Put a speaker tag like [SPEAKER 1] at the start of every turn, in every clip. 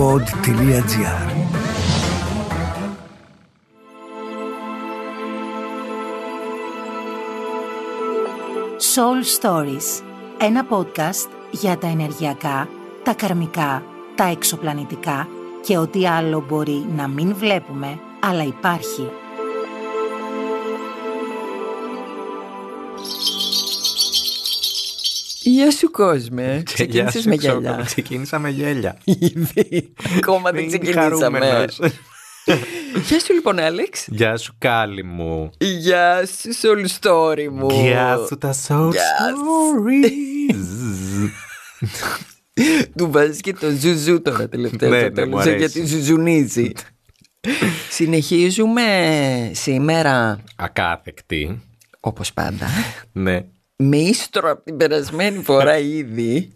[SPEAKER 1] pod.gr
[SPEAKER 2] Soul Stories, ένα podcast για τα ενεργειακά, τα καρμικά, τα εξωπλανητικά και ό,τι άλλο μπορεί να μην βλέπουμε, αλλά υπάρχει.
[SPEAKER 3] Γεια σου κόσμε. Ξεκίνησες με γέλια.
[SPEAKER 4] Ξεκίνησα με γέλια.
[SPEAKER 3] Ήδη. Ακόμα δεν
[SPEAKER 4] Είμαι
[SPEAKER 3] ξεκινήσαμε.
[SPEAKER 4] χαρούμενος.
[SPEAKER 3] Γεια σου λοιπόν Άλεξ.
[SPEAKER 4] Γεια σου Κάλλη μου.
[SPEAKER 3] Γεια σου soul story μου.
[SPEAKER 4] Γεια σου τα soul
[SPEAKER 3] Γεια σου.
[SPEAKER 4] stories.
[SPEAKER 3] Του βάζεις και το ζουζού τώρα τελευταίο.
[SPEAKER 4] Ναι,
[SPEAKER 3] στο
[SPEAKER 4] ναι, μου
[SPEAKER 3] τέλος,
[SPEAKER 4] αρέσει.
[SPEAKER 3] Γιατί ζουζουνίζει. Συνεχίζουμε σήμερα,
[SPEAKER 4] Ακάθεκτη.
[SPEAKER 3] όπως πάντα,
[SPEAKER 4] Ναι.
[SPEAKER 3] με ύστρο από την περασμένη φορά ήδη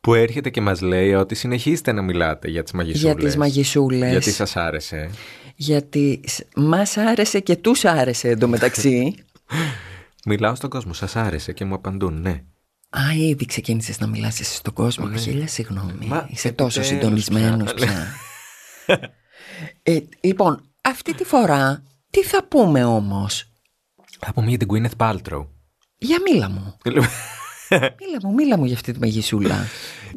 [SPEAKER 4] Που έρχεται και μας λέει ότι συνεχίστε να μιλάτε για τις μαγισσούλες.
[SPEAKER 3] για τις μαγισούλες.
[SPEAKER 4] Γιατί σας άρεσε.
[SPEAKER 3] Γιατί σ- μας άρεσε και τους άρεσε εντωμεταξύ.
[SPEAKER 4] Μιλάω στον κόσμο, σας άρεσε και μου απαντούν ναι.
[SPEAKER 3] Α, ήδη ξεκίνησες να μιλάς εσύ στον κόσμο. Χίλια συγγνώμη.
[SPEAKER 4] Μα, ε,
[SPEAKER 3] Είσαι τόσο
[SPEAKER 4] επιτέλους
[SPEAKER 3] συντονισμένος
[SPEAKER 4] πια.
[SPEAKER 3] πια. ε, λοιπόν, αυτή τη φορά τι θα πούμε όμως
[SPEAKER 4] Θα πούμε για την Gwyneth Paltrow.
[SPEAKER 3] Για μίλα μου.
[SPEAKER 4] Λοιπόν,
[SPEAKER 3] Μίλα μου, μίλα μου για αυτή τη μαγισούλα.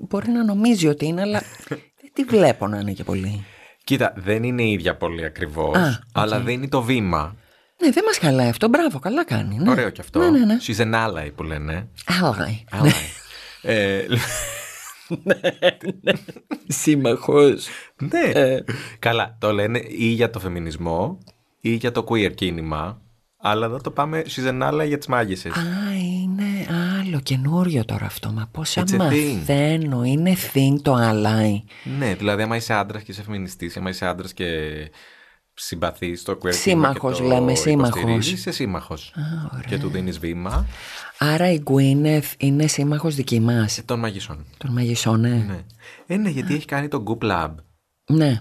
[SPEAKER 3] Μπορεί να νομίζει ότι είναι, αλλά δεν τη βλέπω να είναι και πολύ.
[SPEAKER 4] Κοίτα, δεν είναι η ίδια πολύ ακριβώς,
[SPEAKER 3] Α, οκ.
[SPEAKER 4] αλλά δίνει το βήμα.
[SPEAKER 3] Ναι, δεν μας χαλάει αυτό. Μπράβο, καλά κάνει. Ναι.
[SPEAKER 4] Ωραίο κι αυτό.
[SPEAKER 3] Ναι, ναι, ναι.
[SPEAKER 4] She's an ally που λένε.
[SPEAKER 3] Ally.
[SPEAKER 4] Ally. Ε,
[SPEAKER 3] Σύμμαχος.
[SPEAKER 4] Ναι. Καλά, το λένε ή για το φεμινισμό ή για το queer κίνημα. Αλλά εδώ το πάμε σιζενάλα για τις μάγισσες.
[SPEAKER 3] Α, είναι άλλο καινούριο τώρα αυτό. Μα πόσα
[SPEAKER 4] It's a thing.
[SPEAKER 3] μαθαίνω. Είναι thing το ally.
[SPEAKER 4] Ναι, δηλαδή άμα είσαι άντρας και είσαι φεμινιστής, άμα είσαι άντρας και συμπαθείς στο queer κίνημα.
[SPEAKER 3] Σύμμαχος,
[SPEAKER 4] και το
[SPEAKER 3] λέμε, σύμμαχος.
[SPEAKER 4] υποστηρίζεις, Είσαι σύμμαχος. Και του δίνεις βήμα
[SPEAKER 3] Άρα η Γκουίνεθ είναι σύμμαχος δική μας
[SPEAKER 4] των μαγισσών.
[SPEAKER 3] Τον μαγισσών, ναι. Ναι.
[SPEAKER 4] Ναι. Ε, ναι, γιατί έχει κάνει το Goop Lab,
[SPEAKER 3] ναι.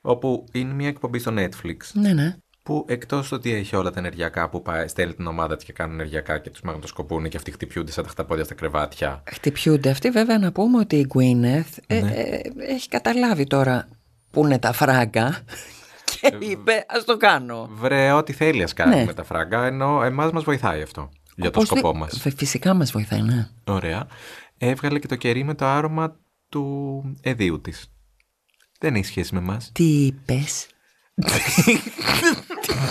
[SPEAKER 4] όπου είναι μια εκπομπή στο Netflix.
[SPEAKER 3] Ναι,
[SPEAKER 4] Που εκτός ότι έχει όλα τα ενεργειακά που πάει, στέλνει την ομάδα της και κάνουν ενεργειακά και τους μαγνητοσκοπούν και αυτοί χτυπιούνται σαν τα χταπόδια στα κρεβάτια.
[SPEAKER 3] Χτυπιούνται αυτοί. Βέβαια να πούμε ότι η Γκουίνεθ ε,
[SPEAKER 4] Ναι.
[SPEAKER 3] ε, έχει καταλάβει τώρα που είναι τα φράγκα
[SPEAKER 4] Ε,
[SPEAKER 3] και είπε ας το κάνω.
[SPEAKER 4] Βρε, ό,τι θέλει ας κάνει
[SPEAKER 3] Ναι.
[SPEAKER 4] με τα φράγκα, ενώ εμάς μας βοηθάει αυτό για το
[SPEAKER 3] Όπως
[SPEAKER 4] σκοπό
[SPEAKER 3] δι-
[SPEAKER 4] μας.
[SPEAKER 3] Φε- Φυσικά μας βοηθάει, ναι.
[SPEAKER 4] Ωραία. Έβγαλε και το κερί με το άρωμα του εδίου της. Δεν έχει σχέση με μας.
[SPEAKER 3] Τι είπες?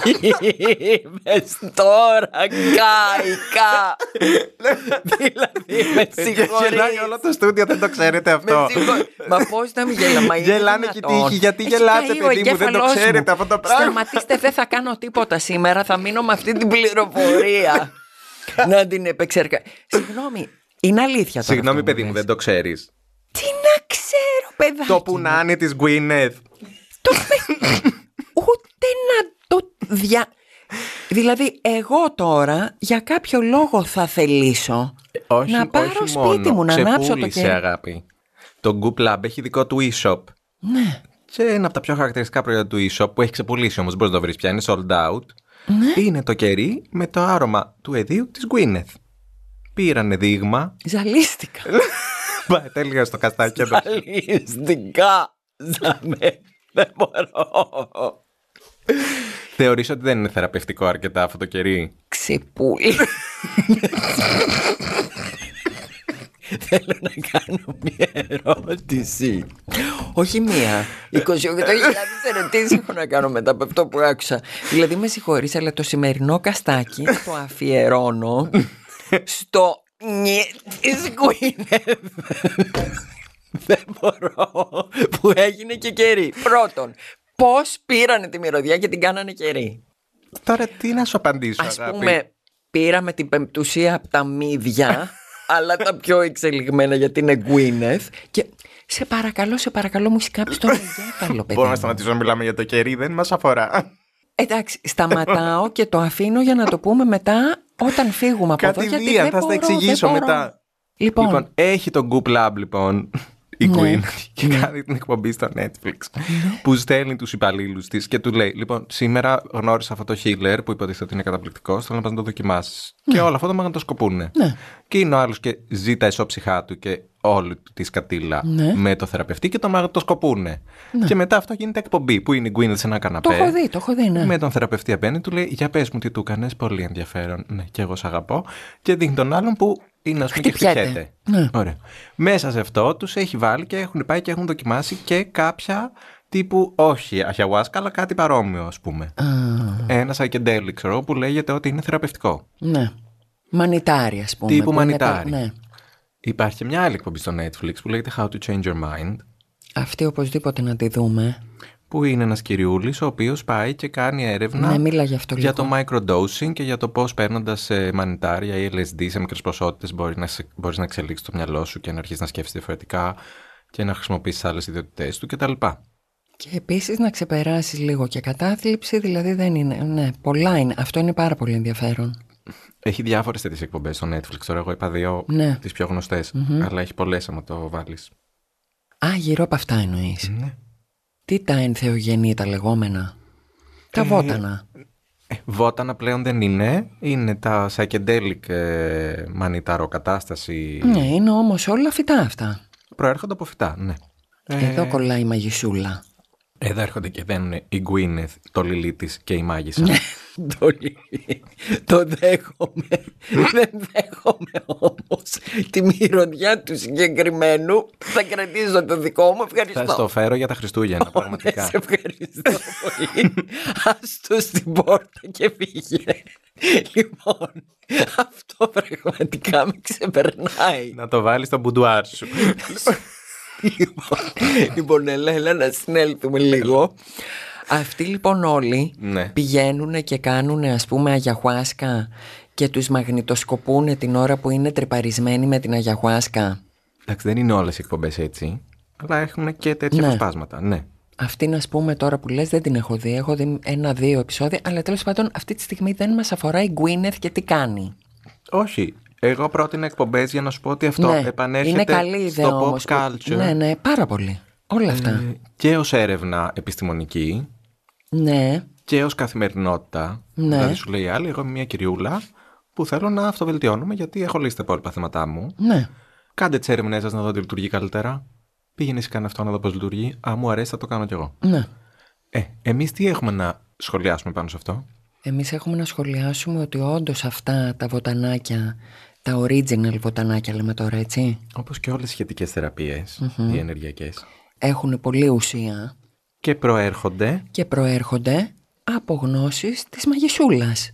[SPEAKER 3] Τι είπες τώρα, καϊκά! δηλαδή,
[SPEAKER 4] Ε,
[SPEAKER 3] με συγχωρείς.
[SPEAKER 4] το στούντιο, δεν το ξέρετε
[SPEAKER 3] Με συγχωρεί. Μα πώς να μην γελάμε. μα είναι
[SPEAKER 4] Γελάνε και
[SPEAKER 3] δυνατόν.
[SPEAKER 4] τύχοι. Γιατί
[SPEAKER 3] Έχει
[SPEAKER 4] γελάτε,
[SPEAKER 3] καεί ο
[SPEAKER 4] παιδί μου, δεν το
[SPEAKER 3] εγκέφαλός
[SPEAKER 4] ξέρετε
[SPEAKER 3] μου.
[SPEAKER 4] αυτό το πράγμα.
[SPEAKER 3] Σταματήστε, δεν θα κάνω τίποτα σήμερα. Θα μείνω με αυτή την πληροφορία. να την επεξεργα... Συγγνώμη, είναι αλήθεια τώρα.
[SPEAKER 4] Συγγνώμη,
[SPEAKER 3] αυτό που
[SPEAKER 4] παιδί μου,
[SPEAKER 3] λες.
[SPEAKER 4] δεν το ξέρεις.
[SPEAKER 3] Τι να ξέρω, παιδάκι.
[SPEAKER 4] Το πουνάνι της Γκουίνεθ.
[SPEAKER 3] Το παι- Ούτε να το δια. Δηλαδή, εγώ τώρα για κάποιο λόγο θα θελήσω
[SPEAKER 4] Ε, Όχι,
[SPEAKER 3] να πάρω
[SPEAKER 4] όχι
[SPEAKER 3] σπίτι
[SPEAKER 4] μόνο.
[SPEAKER 3] μου, να ανάψω το
[SPEAKER 4] Ξεπούλησε,
[SPEAKER 3] κερί.
[SPEAKER 4] αγάπη. Το Goop Lab έχει δικό του e-shop.
[SPEAKER 3] Ναι.
[SPEAKER 4] Και ένα από τα πιο χαρακτηριστικά προϊόντα του e-shop που έχει ξεπουλήσει όμως, μπορείς να το βρεις πια, είναι sold out.
[SPEAKER 3] Ναι.
[SPEAKER 4] Είναι το κερί με το άρωμα του εδίου της Γκουίνεθ. Πήρανε δείγμα.
[SPEAKER 3] Ζαλίστηκα.
[SPEAKER 4] Μπα, Τέλεια στο καστάκι εδώ.
[SPEAKER 3] Αλιστικά ζαμε. Δεν μπορώ.
[SPEAKER 4] Θεωρείς ότι δεν είναι θεραπευτικό αρκετά αυτό το κερί.
[SPEAKER 3] Ξυπούλη. Θέλω να κάνω μια ερώτηση. Όχι μία. 28.000 ερωτήσεις έχω να κάνω μετά από αυτό που άκουσα. Δηλαδή, με συγχωρείς, αλλά το σημερινό καστάκι το αφιερώνω στο νι της Γκουίνεθ. Δεν μπορώ. Που έγινε και κερί. Πρώτον, πώς πήρανε τη μυρωδιά και την κάνανε κερί.
[SPEAKER 4] Τώρα τι να σου απαντήσω,
[SPEAKER 3] Ας
[SPEAKER 4] αγάπη.
[SPEAKER 3] πούμε, πήραμε την πεμπτουσία από τα μύδια, αλλά τα πιο εξελιγμένα γιατί είναι Γκουίνεθ. Και σε παρακαλώ, σε παρακαλώ, μου έχει κάψει τον εγκέφαλο, παιδί.
[SPEAKER 4] Μπορούμε να
[SPEAKER 3] μου.
[SPEAKER 4] σταματήσουμε να μιλάμε για το κερί, δεν μας αφορά.
[SPEAKER 3] Εντάξει, σταματάω και το αφήνω για να το πούμε μετά όταν φύγουμε από εδώ. γιατί
[SPEAKER 4] Κατηδίαν,
[SPEAKER 3] δεν
[SPEAKER 4] θα στα
[SPEAKER 3] μπορώ, δεν
[SPEAKER 4] εξηγήσω
[SPEAKER 3] μπορώ.
[SPEAKER 4] μετά.
[SPEAKER 3] Λοιπόν, Ναι.
[SPEAKER 4] Λοιπόν, έχει το Goop Lab, λοιπόν. η Queen και κάνει την εκπομπή στο Netflix. Που στέλνει τους υπαλλήλους της και του λέει: Λοιπόν, σήμερα γνώρισα αυτό το Χίλερ που υποτίθεται ότι είναι καταπληκτικό. Θέλω να πας να το δοκιμάσεις.
[SPEAKER 3] Ναι.
[SPEAKER 4] Και όλα αυτά το μαγνητοσκοπούν.
[SPEAKER 1] Ναι.
[SPEAKER 4] Και είναι ο άλλος και ζει τα ισόψυχά του και όλη της κατήλα
[SPEAKER 1] Ναι.
[SPEAKER 4] με το θεραπευτή και το μαγνητοσκοπούν. Και μετά αυτό γίνεται εκπομπή που είναι η Gwyneth σε ένα καναπέ.
[SPEAKER 3] Ναι. Το έχω δει, το έχω δει, ναι.
[SPEAKER 4] ε. Με τον θεραπευτή απέναντι του λέει: Για πες μου τι του έκανες, πολύ ενδιαφέρον. Ναι, και εγώ σ' αγαπώ. Και δείχνει τον άλλον που είναι, α πούμε, και
[SPEAKER 3] Χτυπιέται.
[SPEAKER 4] χτυπιέται. Ωραία. Μέσα σε αυτό τους έχει βάλει και έχουν πάει και έχουν δοκιμάσει και κάποια τύπου, όχι αχιαγουάσκα, αλλά κάτι παρόμοιο, ας πούμε. Ένα ακεντέλη, ξέρω, που λέγεται ότι είναι θεραπευτικό.
[SPEAKER 1] Ναι.
[SPEAKER 3] Μανιτάρι, ας πούμε.
[SPEAKER 4] Τύπου
[SPEAKER 3] που είναι
[SPEAKER 4] μανιτάρι.
[SPEAKER 3] τα- Ναι.
[SPEAKER 4] Υπάρχει και μια άλλη εκπομπή στο Netflix που λέγεται How to Change Your Mind.
[SPEAKER 3] Αυτή οπωσδήποτε να τη δούμε.
[SPEAKER 4] Που είναι ένας κυριούλης ο οποίος πάει και κάνει έρευνα
[SPEAKER 3] Ναι, μίλα γι' αυτό
[SPEAKER 4] για
[SPEAKER 3] λίγο.
[SPEAKER 4] το microdosing και για το πώς παίρνοντας μανιτάρια ή LSD σε μικρέ ποσότητε μπορεί να, σε- μπορείς να εξελίξεις το μυαλό σου και να αρχίσεις να σκέφτεσαι διαφορετικά και να χρησιμοποιήσεις άλλες ιδιότητές του κτλ.
[SPEAKER 3] Και επίσης να ξεπεράσεις λίγο και κατάθλιψη, δηλαδή δεν είναι. Ναι, πολλά είναι. Αυτό είναι πάρα πολύ ενδιαφέρον.
[SPEAKER 4] Έχει διάφορες τέτοιες εκπομπές στο Netflix. Τώρα, εγώ είπα δύο
[SPEAKER 3] Ναι.
[SPEAKER 4] τις πιο γνωστε αλλά έχει πολλές άμα το βάλεις.
[SPEAKER 3] Α, γύρω από αυτά εννοείς.
[SPEAKER 4] Ναι.
[SPEAKER 3] Τι τα ενθεογενή, τα λεγόμενα. Τα βότανα.
[SPEAKER 4] Ε, Βότανα πλέον δεν είναι. Είναι τα psychedelic ε, μανιταροκατάσταση.
[SPEAKER 3] Ναι, είναι όμως όλα φυτά αυτά.
[SPEAKER 4] Προέρχονται από φυτά, ναι.
[SPEAKER 3] Εδώ κολλάει η μαγισούλα.
[SPEAKER 4] Εδώ έρχονται και δένουν η Γκουίνεθ, το λιλί της και η μάγισσα.
[SPEAKER 3] Ναι. Το, το δέχομαι. Δεν δέχομαι όμως τη μυρωδιά του συγκεκριμένου. Θα κρατήσω το δικό μου. Ευχαριστώ.
[SPEAKER 4] Θα στο φέρω για τα Χριστούγεννα,
[SPEAKER 3] Ναι,
[SPEAKER 4] πραγματικά.
[SPEAKER 3] σε ευχαριστώ πολύ. Άστο στην πόρτα και φύγε. Λοιπόν, αυτό πραγματικά με ξεπερνάει.
[SPEAKER 4] Να το βάλεις στο μπουντουάρ σου. Ναι.
[SPEAKER 3] Λοιπόν, λοιπόν, έλα, έλα να συνέλθουμε λίγο. Αυτοί λοιπόν όλοι
[SPEAKER 4] Ναι.
[SPEAKER 3] πηγαίνουν και κάνουν ας πούμε αγιαχουάσκα και τους μαγνητοσκοπούν την ώρα που είναι τρυπαρισμένοι με την αγιαχουάσκα.
[SPEAKER 4] Εντάξει, δεν είναι όλες οι εκπομπές έτσι. Αλλά έχουν και τέτοια
[SPEAKER 3] Ναι.
[SPEAKER 4] αποσπάσματα. Ναι.
[SPEAKER 3] Αυτήν ας πούμε τώρα που λες δεν την έχω δει, έχω δει ένα-δύο επεισόδια, αλλά τέλος πάντων αυτή τη στιγμή δεν μας αφορά η Γκουίνεθ και τι κάνει.
[SPEAKER 4] Όχι. Εγώ πρότεινα εκπομπές για να σου πω ότι αυτό επανέρχεται
[SPEAKER 3] Ναι. είναι καλή ιδέα
[SPEAKER 4] στο
[SPEAKER 3] όμως
[SPEAKER 4] pop
[SPEAKER 3] που-
[SPEAKER 4] culture Ε.
[SPEAKER 3] Ναι, ναι, πάρα πολύ. Όλα αυτά.
[SPEAKER 4] και ως έρευνα επιστημονική
[SPEAKER 3] ναι,
[SPEAKER 4] και ως καθημερινότητα.
[SPEAKER 3] Ναι.
[SPEAKER 4] Δηλαδή σου λέει η άλλη, εγώ είμαι μια κυριούλα που θέλω να αυτοβελτιώνομαι γιατί έχω λύσει τα υπόλοιπα θέματα μου.
[SPEAKER 3] ναι.
[SPEAKER 4] Κάντε τις έρευνές σας να δω τι λειτουργεί καλύτερα. Πήγαινε εσύ κάνε αυτό να δω πώς λειτουργεί. Α, μου αρέσει, θα το κάνω κι εγώ.
[SPEAKER 3] Ναι.
[SPEAKER 4] Ε, εμείς τι έχουμε να σχολιάσουμε πάνω σε αυτό.
[SPEAKER 3] Εμείς έχουμε να σχολιάσουμε ότι όντως αυτά τα βοτανάκια, τα original βοτανάκια λέμε τώρα έτσι,
[SPEAKER 4] Όπως και όλες οι σχετικές οι ενεργειακές.
[SPEAKER 3] έχουν πολλή ουσία
[SPEAKER 4] Και προέρχονται
[SPEAKER 3] και προέρχονται από γνώσεις της μαγισούλας.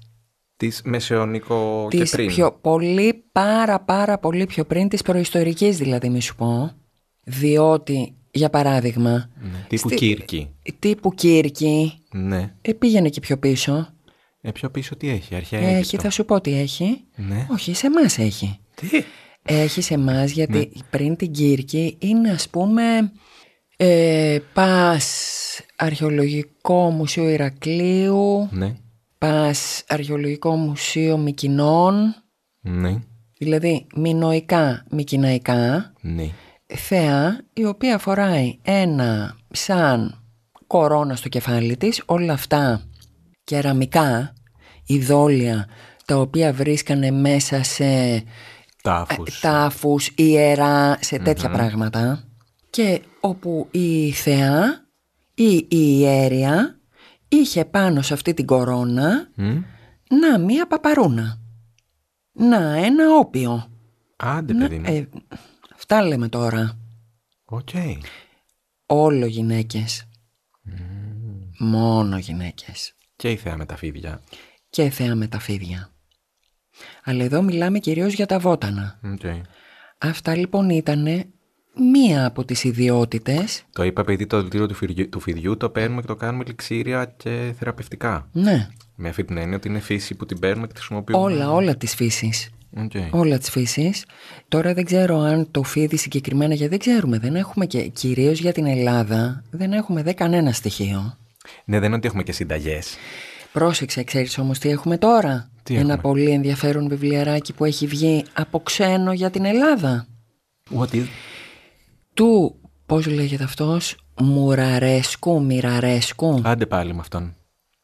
[SPEAKER 4] τη Μεσαιωνικό και
[SPEAKER 3] Της
[SPEAKER 4] πριν.
[SPEAKER 3] πιο πολύ, πάρα πάρα πολύ πιο πριν της προϊστορικής δηλαδή μη σου πω. Διότι, για παράδειγμα,
[SPEAKER 4] Ναι, τύπου
[SPEAKER 3] στη-
[SPEAKER 4] Κύρκη.
[SPEAKER 3] τύπου Κύρκη,
[SPEAKER 4] Ναι.
[SPEAKER 3] ε, πήγαινε και πιο πίσω,
[SPEAKER 4] Ε, πιο πίσω τι έχει, αρχαία
[SPEAKER 3] Έχει,
[SPEAKER 4] Αίγυπτο.
[SPEAKER 3] θα σου πω τι έχει.
[SPEAKER 4] Ναι.
[SPEAKER 3] Όχι, σε εμάς έχει. Τι? Έχει σε εμάς γιατί
[SPEAKER 4] Ναι.
[SPEAKER 3] πριν την Κύρκη είναι ας πούμε ε, πας αρχαιολογικό μουσείο Ηρακλείου,
[SPEAKER 4] Ναι.
[SPEAKER 3] πας αρχαιολογικό μουσείο Μικινών,
[SPEAKER 4] Ναι.
[SPEAKER 3] δηλαδή μινοϊκά, μικιναϊκά,
[SPEAKER 4] Ναι.
[SPEAKER 3] θεά η οποία φοράει ένα σαν κορώνα στο κεφάλι της, όλα αυτά κεραμικά, ειδόλια, τα οποία βρίσκανε μέσα σε
[SPEAKER 4] Τάφους.
[SPEAKER 3] ε, τάφους, ιερά, σε τετοια πράγματα. Και όπου η θεά ή η ιέρια είχε πάνω σε αυτή την κορώνα να μία παπαρούνα. Να ένα όπιο.
[SPEAKER 4] Άντε, παιδί μου.
[SPEAKER 3] Ε, αυτά λέμε τώρα.
[SPEAKER 4] Οκ.
[SPEAKER 3] Όλο γυναίκες. Μόνο γυναίκες.
[SPEAKER 4] Και η θέα με τα φίδια.
[SPEAKER 3] Και θεά με τα φίδια. Αλλά εδώ μιλάμε κυρίως για τα βότανα.
[SPEAKER 4] Οκ.
[SPEAKER 3] Αυτά λοιπόν ήταν μία από τις ιδιότητες.
[SPEAKER 4] Το είπα επειδή το δηλητήριο του, φυριού- του φιδιού το παίρνουμε και το κάνουμε ληξήρια και θεραπευτικά.
[SPEAKER 3] Ναι,
[SPEAKER 4] Με αυτή την έννοια ότι είναι φύση που την παίρνουμε και τη χρησιμοποιούμε.
[SPEAKER 3] όλα, όλα της φύσης.
[SPEAKER 4] Οκ.
[SPEAKER 3] Όλα της φύσης. Τώρα δεν ξέρω αν το φίδι συγκεκριμένα, γιατί δεν ξέρουμε, δεν έχουμε και κυρίως για την Ελλάδα, δεν έχουμε δε κανένα στοιχείο.
[SPEAKER 4] Ναι, δεν είναι ότι έχουμε και συνταγές.
[SPEAKER 3] Πρόσεξε, ξέρεις όμως τι έχουμε τώρα.
[SPEAKER 4] Τι
[SPEAKER 3] Ένα
[SPEAKER 4] έχουμε?
[SPEAKER 3] πολύ ενδιαφέρον βιβλιαράκι που έχει βγει από ξένο για την Ελλάδα.
[SPEAKER 4] What is.
[SPEAKER 3] του, πώς λέγεται αυτός, Μουραρέσκου, Μυραρέσκου,
[SPEAKER 4] Άντε πάλι με αυτόν.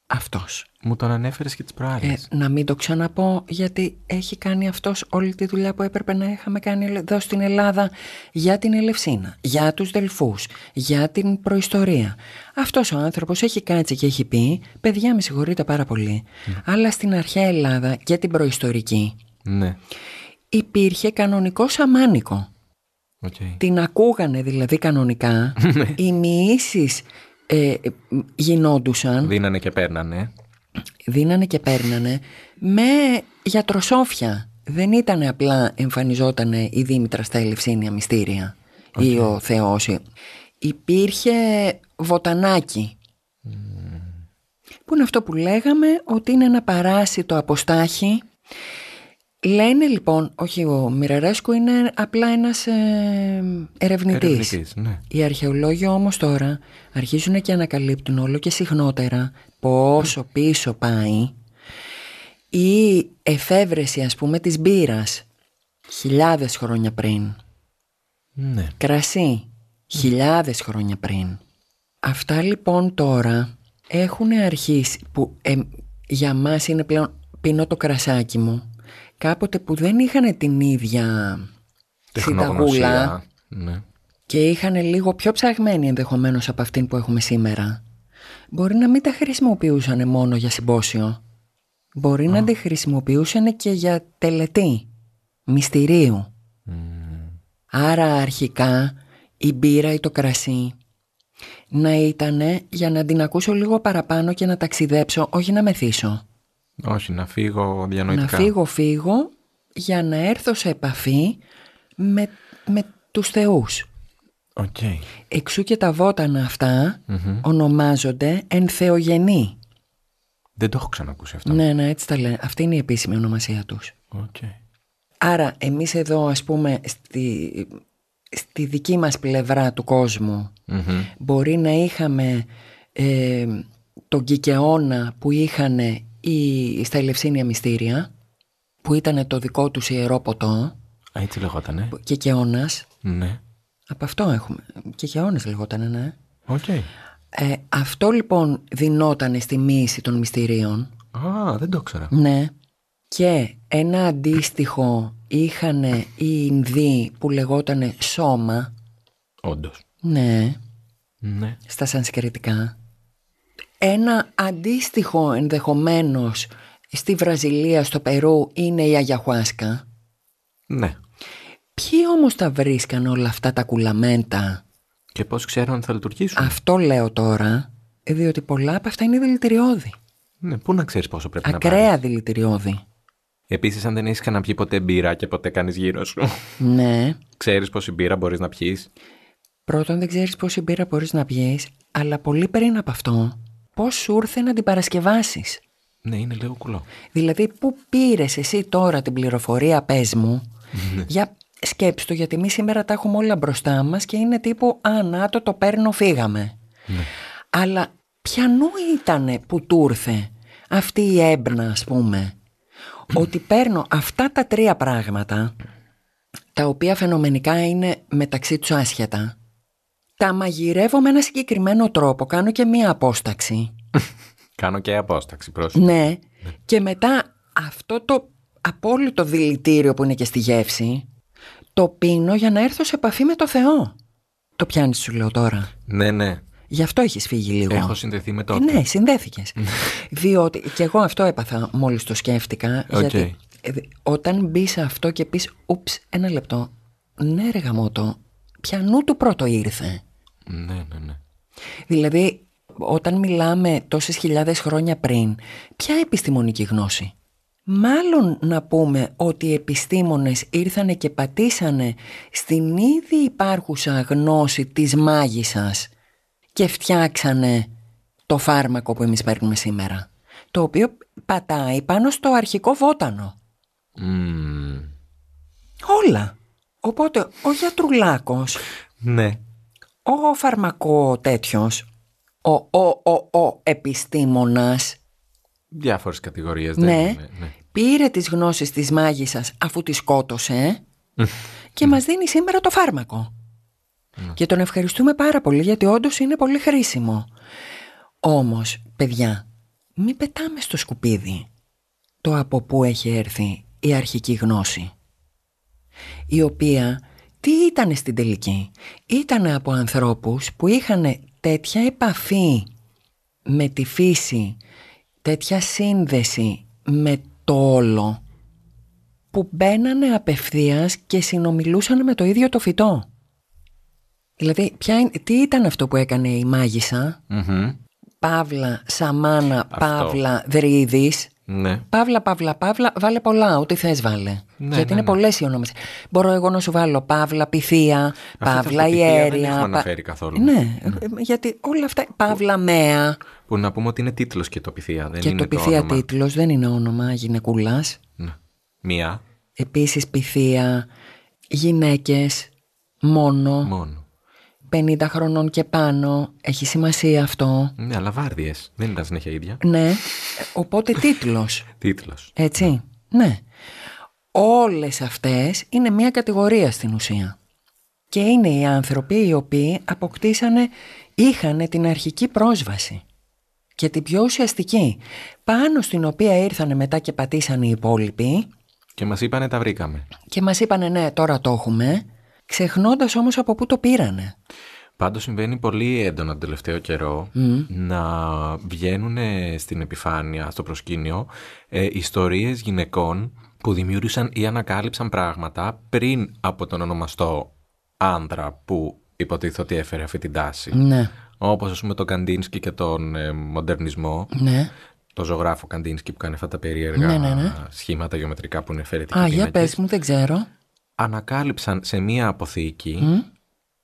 [SPEAKER 3] αυτός.
[SPEAKER 4] Μου τον ανέφερες και τις προάλλες.
[SPEAKER 3] Ε, να μην το ξαναπώ γιατί έχει κάνει αυτός όλη τη δουλειά που έπρεπε να είχαμε κάνει εδώ στην Ελλάδα για την Ελευσίνα, για τους Δελφούς, για την προϊστορία. Αυτός ο άνθρωπος έχει κάτσει και έχει πει «Παιδιά με συγχωρείτε πάρα πολύ, αλλά στην αρχαία Ελλάδα και την προϊστορική
[SPEAKER 4] Ναι.
[SPEAKER 3] υπήρχε κανονικό σαμάνικο».
[SPEAKER 4] Οκ.
[SPEAKER 3] Την ακούγανε δηλαδή κανονικά, οι μοιήσεις ε, γινόντουσαν
[SPEAKER 4] Δίνανε και
[SPEAKER 3] Ε,
[SPEAKER 4] παίρνανε.
[SPEAKER 3] δίνανε και παίρνανε με γιατροσόφια. Δεν ήταν απλά εμφανιζότανε η Δήμητρα στα Ελευσίνια μυστήρια ή ο Θεός. ή- Υπήρχε βοτανάκι. Που είναι αυτό που λέγαμε ότι είναι ένα παράσιτο αποστάχι. Λένε λοιπόν, όχι ο Μιραρέσκου είναι απλά ένας ε, ερευνητής.
[SPEAKER 4] Ερευνητής, ναι.
[SPEAKER 3] Οι αρχαιολόγοι όμως τώρα αρχίζουν και ανακαλύπτουν όλο και συχνότερα πόσο πίσω πάει η εφεύρεση ας πούμε της μπύρας χιλιάδες χρόνια πριν.
[SPEAKER 4] Ναι.
[SPEAKER 3] Κρασί χιλιάδες χρόνια πριν. Αυτά λοιπόν τώρα έχουν αρχίσει που ε, για μας είναι πλέον πίνω το κρασάκι μου κάποτε που δεν είχαν την ίδια συνταγούλα
[SPEAKER 4] Τεχνογνωσία. Ναι.
[SPEAKER 3] και είχαν λίγο πιο ψαγμένη ενδεχομένως από αυτήν που έχουμε σήμερα. Μπορεί να μην τα χρησιμοποιούσαν μόνο για συμπόσιο. Μπορεί να τη χρησιμοποιούσαν και για τελετή μυστηρίου. Άρα αρχικά η μπύρα ή το κρασί να ήταν για να την ακούσω λίγο παραπάνω και να ταξιδέψω, όχι να μεθύσω.
[SPEAKER 4] Όχι, να φύγω
[SPEAKER 3] Να
[SPEAKER 4] διανοητικά.
[SPEAKER 3] φύγω, φύγω για να έρθω σε επαφή με, με τους θεούς.
[SPEAKER 4] Οκ.
[SPEAKER 3] Εξού και τα βότανα αυτά ονομάζονται ενθεογενή.
[SPEAKER 4] Δεν το έχω ξανακούσει αυτό.
[SPEAKER 3] Ναι, ναι, έτσι τα λένε. Αυτή είναι η επίσημη ονομασία τους.
[SPEAKER 4] Οκ.
[SPEAKER 3] Άρα εμείς εδώ ας πούμε στη, στη δική μας πλευρά του κόσμου
[SPEAKER 4] Μμμ.
[SPEAKER 3] μπορεί να είχαμε ε, τον κικαιώνα που είχαν οι, στα Ελευσίνια Μυστήρια που ήταν το δικό τους ιερό ποτό,
[SPEAKER 4] Α, έτσι λεγότανε.
[SPEAKER 3] κικαιώνας,
[SPEAKER 4] Ναι.
[SPEAKER 3] από αυτό έχουμε, κικαιώνας λεγότανε ναι.
[SPEAKER 4] Οκ.
[SPEAKER 3] Ε, αυτό λοιπόν δινόταν στη μίση των μυστηρίων.
[SPEAKER 4] Α, δεν το ήξερα.
[SPEAKER 3] Ναι. Και ένα αντίστοιχο είχαν οι Ινδοί που λεγότανε σώμα.
[SPEAKER 4] Όντως.
[SPEAKER 3] Ναι,
[SPEAKER 4] Ναι.
[SPEAKER 3] στα σανσκριτικά. Ένα αντίστοιχο ενδεχομένως στη Βραζιλία, στο Περού, είναι η Αγιαχουάσκα.
[SPEAKER 4] Ναι.
[SPEAKER 3] Ποιοι όμως τα βρίσκαν όλα αυτά τα κουλαμέντα.
[SPEAKER 4] Και πώς ξέρω αν θα λειτουργήσουν.
[SPEAKER 3] Αυτό λέω τώρα, διότι πολλά από αυτά είναι δηλητηριώδη.
[SPEAKER 4] Ναι, πού να ξέρεις πόσο πρέπει να πάρει.
[SPEAKER 3] Ακραία δηλητηριώδη.
[SPEAKER 4] Επίσης, αν δεν έχεις καν να πιει ποτέ μπύρα και ποτέ κάνεις γύρω σου,
[SPEAKER 3] Ναι.
[SPEAKER 4] ξέρεις πόση μπύρα μπορείς να πιεις.
[SPEAKER 3] Πρώτον, δεν ξέρεις πόση μπύρα μπορείς να πιεις, αλλά πολύ πριν από αυτό, πώς σου ήρθε να την παρασκευάσεις.
[SPEAKER 4] Ναι, είναι λίγο κουλό.
[SPEAKER 3] Δηλαδή, πού πήρες εσύ τώρα την πληροφορία, πες μου, για σκέψου το, γιατί εμείς σήμερα τα έχουμε όλα μπροστά μας και είναι τύπου Α, να το, το παίρνω, φύγαμε. Αλλά πιανού ήταν που του ήρθε αυτή η έμπνα, ας πούμε, ότι παίρνω αυτά τα τρία πράγματα, τα οποία φαινομενικά είναι μεταξύ τους άσχετα, τα μαγειρεύω με ένα συγκεκριμένο τρόπο, κάνω και μία απόσταξη.
[SPEAKER 4] Κάνω και απόσταξη, πρόσεχε.
[SPEAKER 3] Ναι. Και μετά αυτό το απόλυτο δηλητήριο που είναι και στη γεύση, το πίνω για να έρθω σε επαφή με το Θεό. Το πιάνεις, σου λέω τώρα.
[SPEAKER 4] Ναι, ναι.
[SPEAKER 3] Γι' αυτό έχεις φύγει λίγο.
[SPEAKER 4] Έχω συνδεθεί με
[SPEAKER 3] Ε,
[SPEAKER 4] τότε.
[SPEAKER 3] ναι, συνδέθηκες. Διότι και εγώ αυτό έπαθα μόλις το σκέφτηκα.
[SPEAKER 4] Οκ.
[SPEAKER 3] Γιατί ε, δε- όταν μπει σε αυτό και πεις, ούψ, ένα λεπτό. Ναι, ρε γαμότο, πιανού του πρώτο ήρθε.
[SPEAKER 4] Ναι, ναι, ναι.
[SPEAKER 3] Δηλαδή, όταν μιλάμε τόσες χιλιάδες χρόνια πριν, ποια επιστημονική γνώση. Μάλλον να πούμε ότι οι επιστήμονες ήρθανε και πατήσανε στην ήδη υπάρχουσα γνώση της μάγισσας και φτιάξανε το φάρμακο που εμείς παίρνουμε σήμερα, το οποίο πατάει πάνω στο αρχικό βότανο.
[SPEAKER 4] Μμμ.
[SPEAKER 3] Όλα. Οπότε ο γιατρουλάκος
[SPEAKER 4] Ναι.
[SPEAKER 3] ο φαρμακό τέτοιος, ο, ο, ο, ο επιστήμονας,
[SPEAKER 4] Διάφορες κατηγορίες.
[SPEAKER 3] ναι,
[SPEAKER 4] Ναι, ναι.
[SPEAKER 3] πήρε τις γνώσεις της μάγισσας αφού τη σκότωσε και μας δίνει σήμερα το φάρμακο. Και τον ευχαριστούμε πάρα πολύ γιατί όντως είναι πολύ χρήσιμο. Όμως, παιδιά, μην πετάμε στο σκουπίδι το από πού έχει έρθει η αρχική γνώση. Η οποία τι ήταν στην τελική. Ήταν από ανθρώπους που είχαν τέτοια επαφή με τη φύση, τέτοια σύνδεση με το όλο, που μπαίνανε απευθείας και συνομιλούσαν με το ίδιο το φυτό. Δηλαδή, ποια, είναι- τι ήταν αυτό που έκανε η μάγισσα,
[SPEAKER 4] Μμμ.
[SPEAKER 3] Παύλα Σαμάνα,
[SPEAKER 4] Αυτό.
[SPEAKER 3] Παύλα Δρίδης,
[SPEAKER 4] Ναι.
[SPEAKER 3] Παύλα, Παύλα, Παύλα, βάλε πολλά, ό,τι θες βάλε.
[SPEAKER 4] Ναι,
[SPEAKER 3] Γιατί
[SPEAKER 4] ναι,
[SPEAKER 3] είναι
[SPEAKER 4] ναι.
[SPEAKER 3] πολλές οι ονόμες. Μπορώ εγώ να σου βάλω Παύλα, Πυθία, Παύλα,
[SPEAKER 4] την Πυθία δεν
[SPEAKER 3] Ιέρια.
[SPEAKER 4] έχουμε
[SPEAKER 3] Πα-
[SPEAKER 4] αναφέρει καθόλου.
[SPEAKER 3] Ναι, ε, γιατί όλα αυτά. Παύλα, Μέα.
[SPEAKER 4] Που να πούμε ότι είναι τίτλος και το πυθία. Δεν
[SPEAKER 3] και
[SPEAKER 4] είναι
[SPEAKER 3] το Πυθία
[SPEAKER 4] όνομα.
[SPEAKER 3] τίτλος δεν είναι όνομα γυναικούλας.
[SPEAKER 4] Ναι. Μία
[SPEAKER 3] Επίσης, Πυθία, γυναίκες, μόνο,
[SPEAKER 4] μόνο.
[SPEAKER 3] 50 χρονών και πάνω. Έχει σημασία αυτό.
[SPEAKER 4] Ναι, αλλά βάρδιες. Δεν ήταν συνέχεια ίδια.
[SPEAKER 3] Ναι, οπότε τίτλος.
[SPEAKER 4] Τίτλος.
[SPEAKER 3] Έτσι, ναι. Όλες αυτές είναι μια κατηγορία στην ουσία. Και είναι οι άνθρωποι οι οποίοι αποκτήσανε, είχαν την αρχική πρόσβαση και την πιο ουσιαστική, πάνω στην οποία ήρθανε μετά και πατήσαν οι υπόλοιποι
[SPEAKER 4] Και μας είπανε τα βρήκαμε.
[SPEAKER 3] και μας είπανε ναι τώρα το έχουμε, ξεχνώντας όμως από πού το πήρανε.
[SPEAKER 4] Πάντως συμβαίνει πολύ έντονα τον τελευταίο καιρό να βγαίνουν στην επιφάνεια, στο προσκήνιο, ε, ιστορίες γυναικών που δημιούργησαν ή ανακάλυψαν πράγματα πριν από τον ονομαστό άνδρα που υποτίθεται ότι έφερε αυτή την τάση.
[SPEAKER 3] Ναι,
[SPEAKER 4] Όπως ας πούμε τον Καντίνσκι και τον ε, μοντερνισμό,
[SPEAKER 3] ναι.
[SPEAKER 4] το ζωγράφο Καντίνσκι που κάνει αυτά τα περίεργα
[SPEAKER 3] Ναι, ναι, ναι.
[SPEAKER 4] σχήματα γεωμετρικά που είναι
[SPEAKER 3] Α,
[SPEAKER 4] φαιρετικοί
[SPEAKER 3] για πες μου, δεν ξέρω.
[SPEAKER 4] ανακάλυψαν σε μία αποθήκη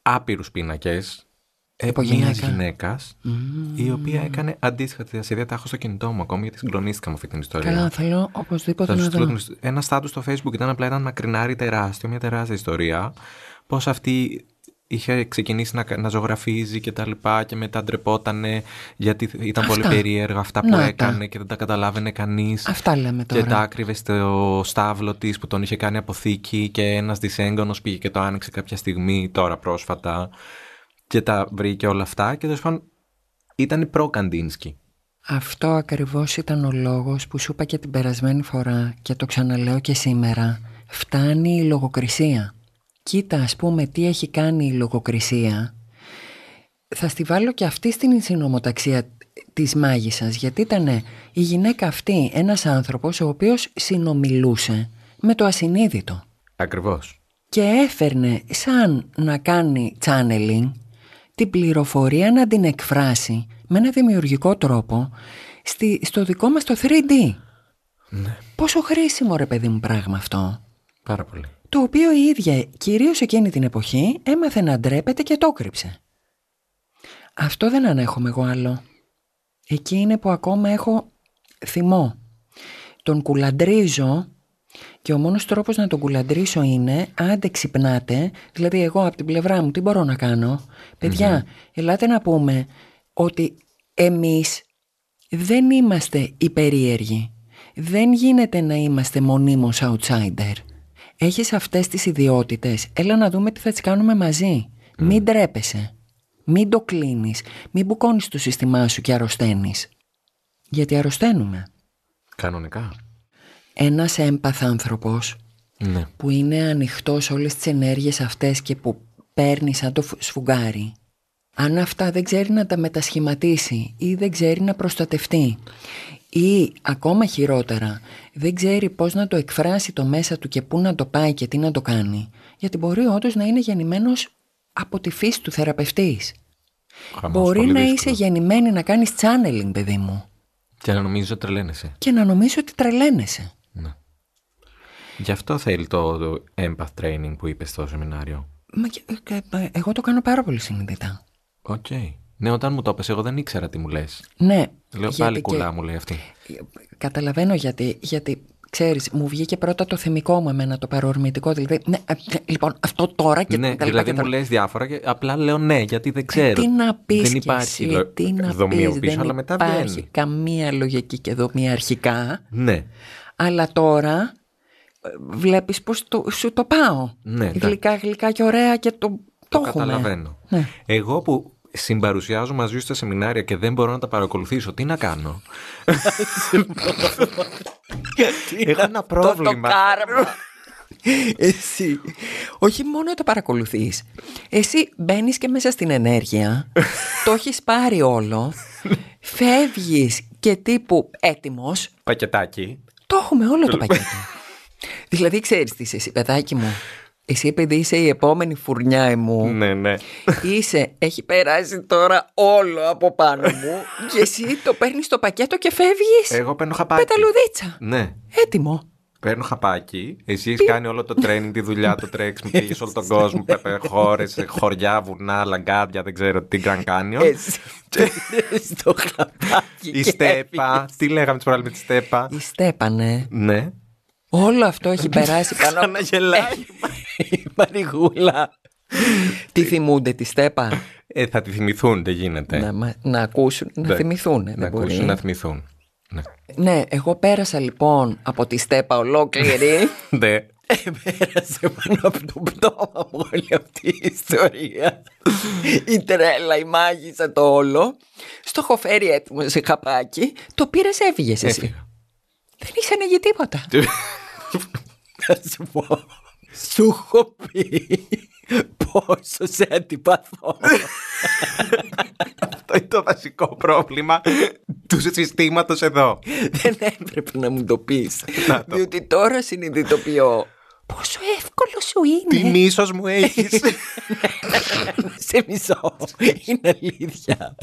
[SPEAKER 4] άπειρους πίνακες ε,
[SPEAKER 3] Από
[SPEAKER 4] μιας
[SPEAKER 3] γυναίκα.
[SPEAKER 4] γυναίκας η οποία έκανε αντίστοιχα τη διασυνδέα. Τα έχω στο κινητό μου ακόμη γιατί συγκλονίστηκα με αυτή την ιστορία.
[SPEAKER 3] Καλά, θέλω οπωσδήποτε
[SPEAKER 4] Θα
[SPEAKER 3] να
[SPEAKER 4] σου στείλω
[SPEAKER 3] δω.
[SPEAKER 4] την ιστο- ένα στάτους στο facebook ήταν απλά ένα μακρινάρι τεράστιο, μια τεράστια ιστορία. Πώς αυτή είχε ξεκινήσει να, κα- να ζωγραφίζει και τα λοιπά και μετά ντρεπότανε γιατί ήταν
[SPEAKER 3] Αυτά.
[SPEAKER 4] πολύ περίεργα αυτά που
[SPEAKER 3] Να τα.
[SPEAKER 4] έκανε και δεν τα καταλάβαινε κανείς.
[SPEAKER 3] Αυτά λέμε τώρα.
[SPEAKER 4] Και τα άκρυβε στο στάβλο της που τον είχε κάνει αποθήκη και ένας δυσέγγωνο πήγε και το άνοιξε κάποια στιγμή τώρα πρόσφατα. Και τα βρήκε όλα αυτά και τέλος πάντων ήταν η προ-Καντίνσκι.
[SPEAKER 3] Αυτό ακριβώς ήταν ο λόγος που σου είπα και την περασμένη φορά και το ξαναλέω και σήμερα. Φτάνει η λογοκρισία. Κοίτα ας πούμε τι έχει κάνει η λογοκρισία. Θα στη βάλω και αυτή στην συνομοταξία της μάγισσας γιατί ήταν η γυναίκα αυτή ένας άνθρωπος ο οποίος συνομιλούσε με το ασυνείδητο
[SPEAKER 4] Ακριβώς.
[SPEAKER 3] και έφερνε σαν να κάνει channeling την πληροφορία να την εκφράσει με ένα δημιουργικό τρόπο στη, στο δικό μας το 3D. Πόσο χρήσιμο ρε παιδί μου πράγμα αυτό.
[SPEAKER 4] Πάρα πολύ.
[SPEAKER 3] Το οποίο η ίδια κυρίως εκείνη την εποχή έμαθε να ντρέπεται και το κρύψε. Αυτό δεν ανέχομαι εγώ άλλο. Εκεί είναι που ακόμα έχω θυμό. Τον κουλαντρίζω και ο μόνος τρόπος να τον κουλαντρίσω είναι άντε ξυπνάτε, δηλαδή εγώ από την πλευρά μου τι μπορώ να κάνω. Παιδιά, ελάτε να πούμε ότι εμείς δεν είμαστε οι περίεργοι. Δεν γίνεται να είμαστε μονίμως outsider. Έχεις αυτές τις ιδιότητες, έλα να δούμε τι θα τις κάνουμε μαζί. Μην τρέπεσαι. Μην το κλείνεις. Μην μπουκώνεις το σύστημά σου και αρρωσταίνεις. Γιατί αρρωσταίνουμε.
[SPEAKER 4] Κανονικά.
[SPEAKER 3] Ένας έμπαθ άνθρωπος
[SPEAKER 4] Ναι.
[SPEAKER 3] που είναι ανοιχτός σε όλες τις ενέργειες αυτές και που παίρνει σαν το φου- σφουγγάρι. Αν αυτά δεν ξέρει να τα μετασχηματίσει ή δεν ξέρει να προστατευτεί ή ακόμα χειρότερα δεν ξέρει πώς να το εκφράσει το μέσα του και πού να το πάει και τι να το κάνει γιατί μπορεί όντως να είναι γεννημένος από τη φύση του θεραπευτής.
[SPEAKER 4] Χαμός,
[SPEAKER 3] μπορεί
[SPEAKER 4] πολύ
[SPEAKER 3] να
[SPEAKER 4] δύσκολο.
[SPEAKER 3] είσαι γεννημένη να κάνεις channeling παιδί μου
[SPEAKER 4] Και να νομίζω ότι τρελαίνεσαι.
[SPEAKER 3] και να νομίζεις ότι τρελαίνεσαι.
[SPEAKER 4] Ναι. Γι' αυτό θέλει το, το empath training που είπες στο σεμινάριο.
[SPEAKER 3] Μα και- ε, ε, εγώ το κάνω πάρα πολύ συνειδητά.
[SPEAKER 4] Οκ. Ναι, όταν μου το έπεσε, εγώ δεν ήξερα τι μου λες.
[SPEAKER 3] Ναι.
[SPEAKER 4] Λέω
[SPEAKER 3] γιατί
[SPEAKER 4] πάλι
[SPEAKER 3] και-
[SPEAKER 4] κουλά, μου λέει αυτή.
[SPEAKER 3] Καταλαβαίνω γιατί. Γιατί ξέρεις, μου βγήκε πρώτα το θεμικό μου εμένα, το παρορμητικό. Δηλαδή, ναι, α, ναι, λοιπόν, αυτό τώρα και
[SPEAKER 4] ναι,
[SPEAKER 3] τα λοιπά
[SPEAKER 4] δηλαδή
[SPEAKER 3] και τα
[SPEAKER 4] μου
[SPEAKER 3] λοιπά.
[SPEAKER 4] λες διάφορα και απλά λέω ναι, γιατί δεν ξέρω.
[SPEAKER 3] Τι να πει,
[SPEAKER 4] Δεν υπάρχει λο-
[SPEAKER 3] τι να
[SPEAKER 4] δομή
[SPEAKER 3] πεις,
[SPEAKER 4] από πίσω,
[SPEAKER 3] δεν
[SPEAKER 4] αλλά μετά
[SPEAKER 3] υπάρχει
[SPEAKER 4] βγαίνει.
[SPEAKER 3] καμία λογική και δομή αρχικά.
[SPEAKER 4] Ναι,
[SPEAKER 3] Αλλά τώρα ε, βλέπεις πως το, σου το πάω.
[SPEAKER 4] Ναι, εντάξει.
[SPEAKER 3] γλυκά, γλυκά και ωραία και το,
[SPEAKER 4] Το,
[SPEAKER 3] έχουμε.
[SPEAKER 4] καταλαβαίνω.
[SPEAKER 3] Ναι.
[SPEAKER 4] Εγώ που συμπαρουσιάζω μαζί σου στα σεμινάρια και δεν μπορώ να τα παρακολουθήσω, τι να κάνω. Έχω ένα πρόβλημα.
[SPEAKER 3] Το, το κάρμα. Εσύ. Όχι μόνο το παρακολουθείς. Εσύ μπαίνεις και μέσα στην ενέργεια. το έχεις πάρει όλο. Φεύγεις και τύπου έτοιμος.
[SPEAKER 4] Πακετάκι.
[SPEAKER 3] Το έχουμε όλο το πακέτο. δηλαδή, ξέρεις τι είσαι, εσύ, παιδάκι μου. Εσύ επειδή είσαι η επόμενη φουρνιά μου.
[SPEAKER 4] Ναι, ναι.
[SPEAKER 3] Είσαι, έχει περάσει τώρα όλο από πάνω μου και εσύ το παίρνεις το πακέτο και φεύγεις
[SPEAKER 4] Εγώ παίρνω χαπάκι.
[SPEAKER 3] πεταλουδίτσα.
[SPEAKER 4] Ναι.
[SPEAKER 3] Έτοιμο.
[SPEAKER 4] Παίρνω χαπάκι. Εσύ έχεις κάνει όλο το training, τη δουλειά, το τρέξιμο, πήγε όλο τον κόσμο. Χώρε, χωριά, βουνά, λαγκάδια, δεν ξέρω τι, Grand Canyon.
[SPEAKER 3] Εσύ στο χαπάκι.
[SPEAKER 4] Η
[SPEAKER 3] και
[SPEAKER 4] Στέπα. Τι λέγαμε τις προάλλες με τη Στέπα.
[SPEAKER 3] Η Στέπανε.
[SPEAKER 4] Ναι.
[SPEAKER 3] Όλο αυτό έχει περάσει πάνω. από-
[SPEAKER 4] Ξαναγελάει.
[SPEAKER 3] Η Μαριγούλα. Τι θυμούνται τη Στέπα.
[SPEAKER 4] Ε, θα τη θυμηθούν, δεν γίνεται.
[SPEAKER 3] να, μα- να ακούσουν, να
[SPEAKER 4] Δεν-
[SPEAKER 3] θυμηθούν.
[SPEAKER 4] Ναι. Να
[SPEAKER 3] δεν μπορεί.
[SPEAKER 4] ακούσουν, να θυμηθούν. Ναι.
[SPEAKER 3] Ναι, εγώ πέρασα λοιπόν από τη Στέπα ολόκληρη.
[SPEAKER 4] Ναι.
[SPEAKER 3] Ε, Πέρασε πάνω από το πτώμα μου όλη αυτή η ιστορία. Η τρέλα, η μάγισσα, το όλο. Στο έχω φέρει έτοιμο σε χαπάκι. Το πήρες, έφυγες εσύ.
[SPEAKER 4] Έφυγα.
[SPEAKER 3] Δεν είσαι ανοίγει τίποτα.
[SPEAKER 4] Τι-
[SPEAKER 3] Θα σου πω. Σου έχω πει πόσο σε αντιπαθώ.
[SPEAKER 4] Αυτό είναι το βασικό πρόβλημα του συστήματος εδώ.
[SPEAKER 3] Δεν έπρεπε να μου το πεις.
[SPEAKER 4] Να το.
[SPEAKER 3] Διότι τώρα συνειδητοποιώ. Πόσο εύκολος σου
[SPEAKER 4] Τι
[SPEAKER 3] είναι.
[SPEAKER 4] μίσος μου έχεις.
[SPEAKER 3] Σε μισό. Είναι αλήθεια.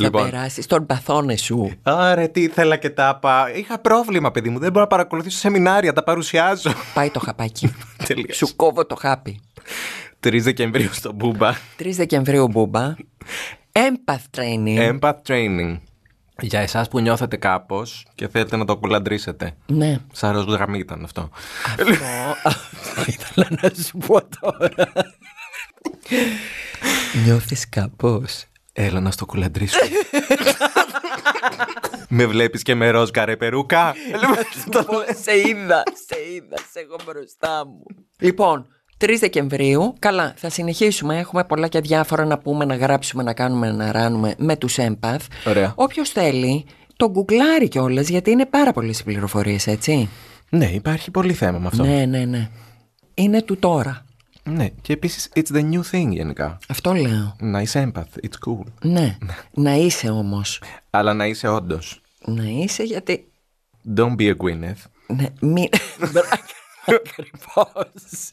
[SPEAKER 3] Θα περάσει τον παθόνε σου.
[SPEAKER 4] Λοιπόν. Άρε, τι ήθελα και τα είπα. Είχα πρόβλημα, παιδί μου. Δεν μπορώ να παρακολουθήσω σεμινάρια, τα παρουσιάζω.
[SPEAKER 3] Πάει το χαπάκι.
[SPEAKER 4] Τελείωσε.
[SPEAKER 3] Σου κόβω το χάπι.
[SPEAKER 4] 3 Δεκεμβρίου στο Μπούμπα.
[SPEAKER 3] 3 Δεκεμβρίου μπούμπα. Empath training.
[SPEAKER 4] Empath Training. Ε. Για εσάς που νιώθετε κάπως και θέλετε να το κουλαντρήσετε.
[SPEAKER 3] Ναι.
[SPEAKER 4] Σαν ροζ γραμμή ήταν αυτό.
[SPEAKER 3] Αυτό, αυτό ήθελα να σου πω τώρα. Νιώθεις κάπως.
[SPEAKER 4] Έλα να στο κουλαντρήσω. με βλέπεις και με ροζ καρεπερούκα.
[SPEAKER 3] σε είδα, σε είδα, σε έχω μπροστά μου. Λοιπόν, 3 Δεκεμβρίου, καλά, θα συνεχίσουμε. Έχουμε πολλά και διάφορα να πούμε, να γράψουμε, να κάνουμε, να ράνουμε με τους Empath.
[SPEAKER 4] Ωραία.
[SPEAKER 3] Όποιος θέλει, το γκουγκλάρει κιόλας γιατί είναι πάρα πολλές οι πληροφορίες, έτσι.
[SPEAKER 4] ναι, υπάρχει πολύ θέμα με αυτό.
[SPEAKER 3] Ναι, ναι, ναι. Είναι του τώρα.
[SPEAKER 4] Ναι, και επίσης it's the new thing γενικά.
[SPEAKER 3] Αυτό λέω.
[SPEAKER 4] Να είσαι empath, it's cool.
[SPEAKER 3] Ναι. να είσαι όμως.
[SPEAKER 4] Αλλά να είσαι όντως.
[SPEAKER 3] Να είσαι γιατί.
[SPEAKER 4] Don't be a Gwyneth.
[SPEAKER 3] Ναι, μην. Ακριβώς.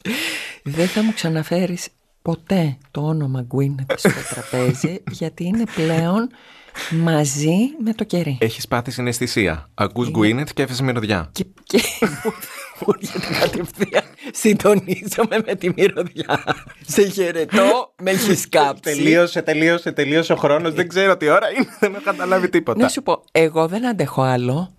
[SPEAKER 3] Δεν θα μου ξαναφέρεις ποτέ το όνομα Γκουίνετ στο τραπέζι, γιατί είναι πλέον μαζί με το κερί.
[SPEAKER 4] Έχεις πάθει συναισθησία. Ακούς Gwyneth και έφεσαι μυρωδιά.
[SPEAKER 3] και, και μου- μου έρχεται κατευθείαν συντονίζομαι με τη μυρωδιά. Σε χαιρετώ, με έχεις κάψει.
[SPEAKER 4] Τελείωσε, τελείωσε, τελείωσε ο χρόνος. Δεν ξέρω τι ώρα είναι. Δεν έχω καταλάβει
[SPEAKER 3] Να
[SPEAKER 4] τίποτα.
[SPEAKER 3] Ναι, σου πω, εγώ δεν αντέχω άλλο.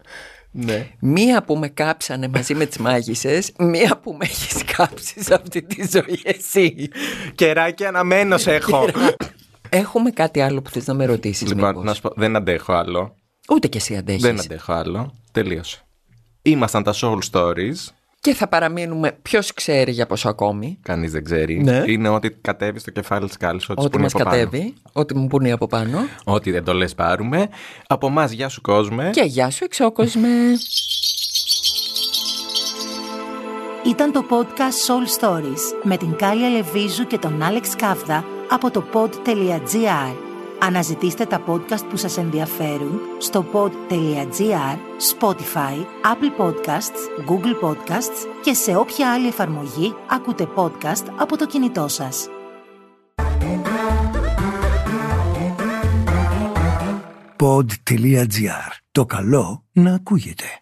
[SPEAKER 4] Ναι.
[SPEAKER 3] Μία που με κάψανε μαζί με τις μάγισσες, μία που με έχεις κάψει σε αυτή τη ζωή εσύ.
[SPEAKER 4] Κεράκι αναμένος έχω.
[SPEAKER 3] Έχουμε κάτι άλλο που θες να με ρωτήσεις
[SPEAKER 4] Λοιπόν,
[SPEAKER 3] μήπως?
[SPEAKER 4] να σου πω, δεν αντέχω άλλο.
[SPEAKER 3] Ούτε κι εσύ αντέχεις.
[SPEAKER 4] Δεν αντέχω άλλο. Τελείωσε. Ήμασταν τα Soul Stories.
[SPEAKER 3] Και θα παραμείνουμε ποιος ξέρει για πόσο ακόμη.
[SPEAKER 4] Κανείς δεν ξέρει.
[SPEAKER 3] Ναι.
[SPEAKER 4] Είναι ότι κατέβει στο κεφάλι της κάλυψη. Ό,τι,
[SPEAKER 3] Ό,τι
[SPEAKER 4] σπούνει
[SPEAKER 3] μας
[SPEAKER 4] από πάνω.
[SPEAKER 3] κατέβει, ό,τι μου πούνε από πάνω.
[SPEAKER 4] Ό,τι δεν το λες, πάρουμε. Από εμάς, γεια σου, κόσμε.
[SPEAKER 3] Και γεια σου εξόκοσμε.
[SPEAKER 2] Ήταν το podcast Soul Stories με την Κάλια Λεβίζου και τον Άλεξ Κάβδα από το pod.gr. Αναζητήστε τα podcast που σας ενδιαφέρουν στο pod.gr, Spotify, Apple Podcasts, Google Podcasts και σε όποια άλλη εφαρμογή ακούτε podcast από το κινητό σας.
[SPEAKER 1] pod.gr. Το καλό να ακούγεται.